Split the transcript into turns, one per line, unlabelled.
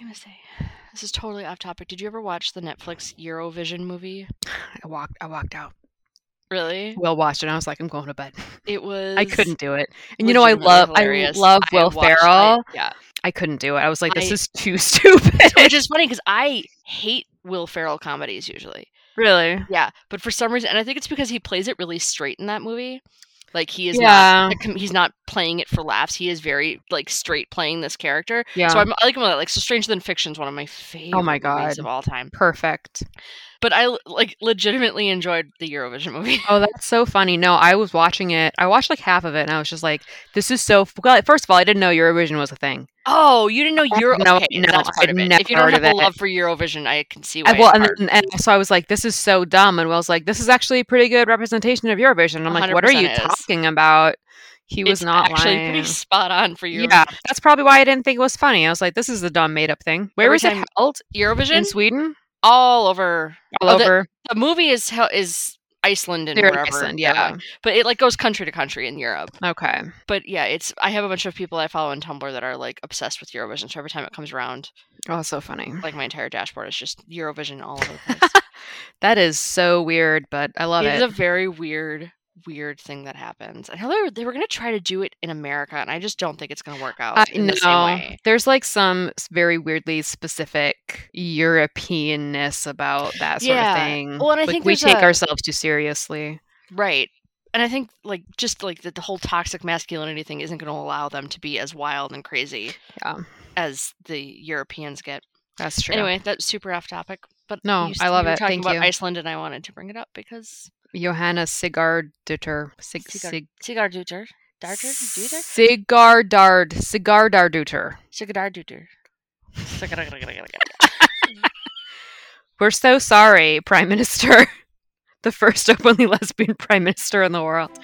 gonna say? This is totally off topic. Did you ever watch the Netflix Eurovision movie?
I walked. I walked out.
Really?
Will watched it. And I was like, I'm going to bed.
It was.
I couldn't do it. And you know, I love.
hilarious.
I love
I
Will
watched it.
Ferrell.
Yeah.
I couldn't do it. I was like, this
I-
is too stupid.
Which is funny because I hate Will Ferrell comedies usually.
really?
Yeah, but for some reason, and I think it's because he plays it really straight in that movie. Like he is
Yeah.
not. like, com- He's not playing it for laughs. He is very like straight playing this character.
Yeah. Oh
So I'm, I like him a lot. Like so, Stranger Than Fiction is one of my favorite. movies
God.
of all time.
Perfect.
But I l- like legitimately enjoyed the Eurovision movie.
Oh, that's so funny. No, I was watching it. I watched like half of it, and I was just like, "This is so." F-. Well, first of all, I didn't know Eurovision was a thing.
Oh, you didn't know Euro?
no,
okay,
no,
that's part
I've
of it.
never
If you don't
heard
have
of
a
it.
love for Eurovision, I can see why.
I- well,
it's
and,
hard.
then- and so I was like, "This is so dumb." And Will's like, "This is actually a pretty good representation of Eurovision." And I'm like, "What are you
100% is.
talking about?" He was
it's
not
actually
lying.
pretty spot on for Eurovision.
yeah, that's probably why I didn't think it was funny. I was like, "This is a dumb made up thing." Where
Every
was
time-
it held?
Eurovision
In Sweden,
all over.
all
Oh, the-
over
The movie is hel- is Iceland and
They're in
wherever.
Iceland.
they're
Yeah.
going. but it like goes country to country in Europe.
Okay.
But yeah, it's I have a bunch of people I follow on Tumblr that are like obsessed with Eurovision. So every time it comes around,
Oh, so funny.
like my entire dashboard is just Eurovision all over the place.
That is so weird, but I love
It's
it.
a very weird, weird thing that happens. And how they were, they were going to try to do it in America, and I just don't think it's going to work out
I
in the same way.
There's like some s- very weirdly specific Europeanness about that sort
Yeah.
of thing.
Well, and I
Like,
think
we
there's
take
a-
ourselves too seriously.
Right. And I think like just like the, the whole toxic masculinity thing isn't going to allow them to be as wild and crazy
Yeah.
as the Europeans get.
That's true.
Anyway, that's super off topic. But
No,
you s-
I love
you were
it.
Talking
Thank
about
you.
Iceland, and I wanted to bring it up because
Johanna Sigardardottir. Sig,
Sigurd-
Sig,
Sigardutr, Darter, Duter,
Sigardard Sigardardottir.
Sigarduter.
We're so sorry, Prime Minister. the first openly lesbian prime minister in the world.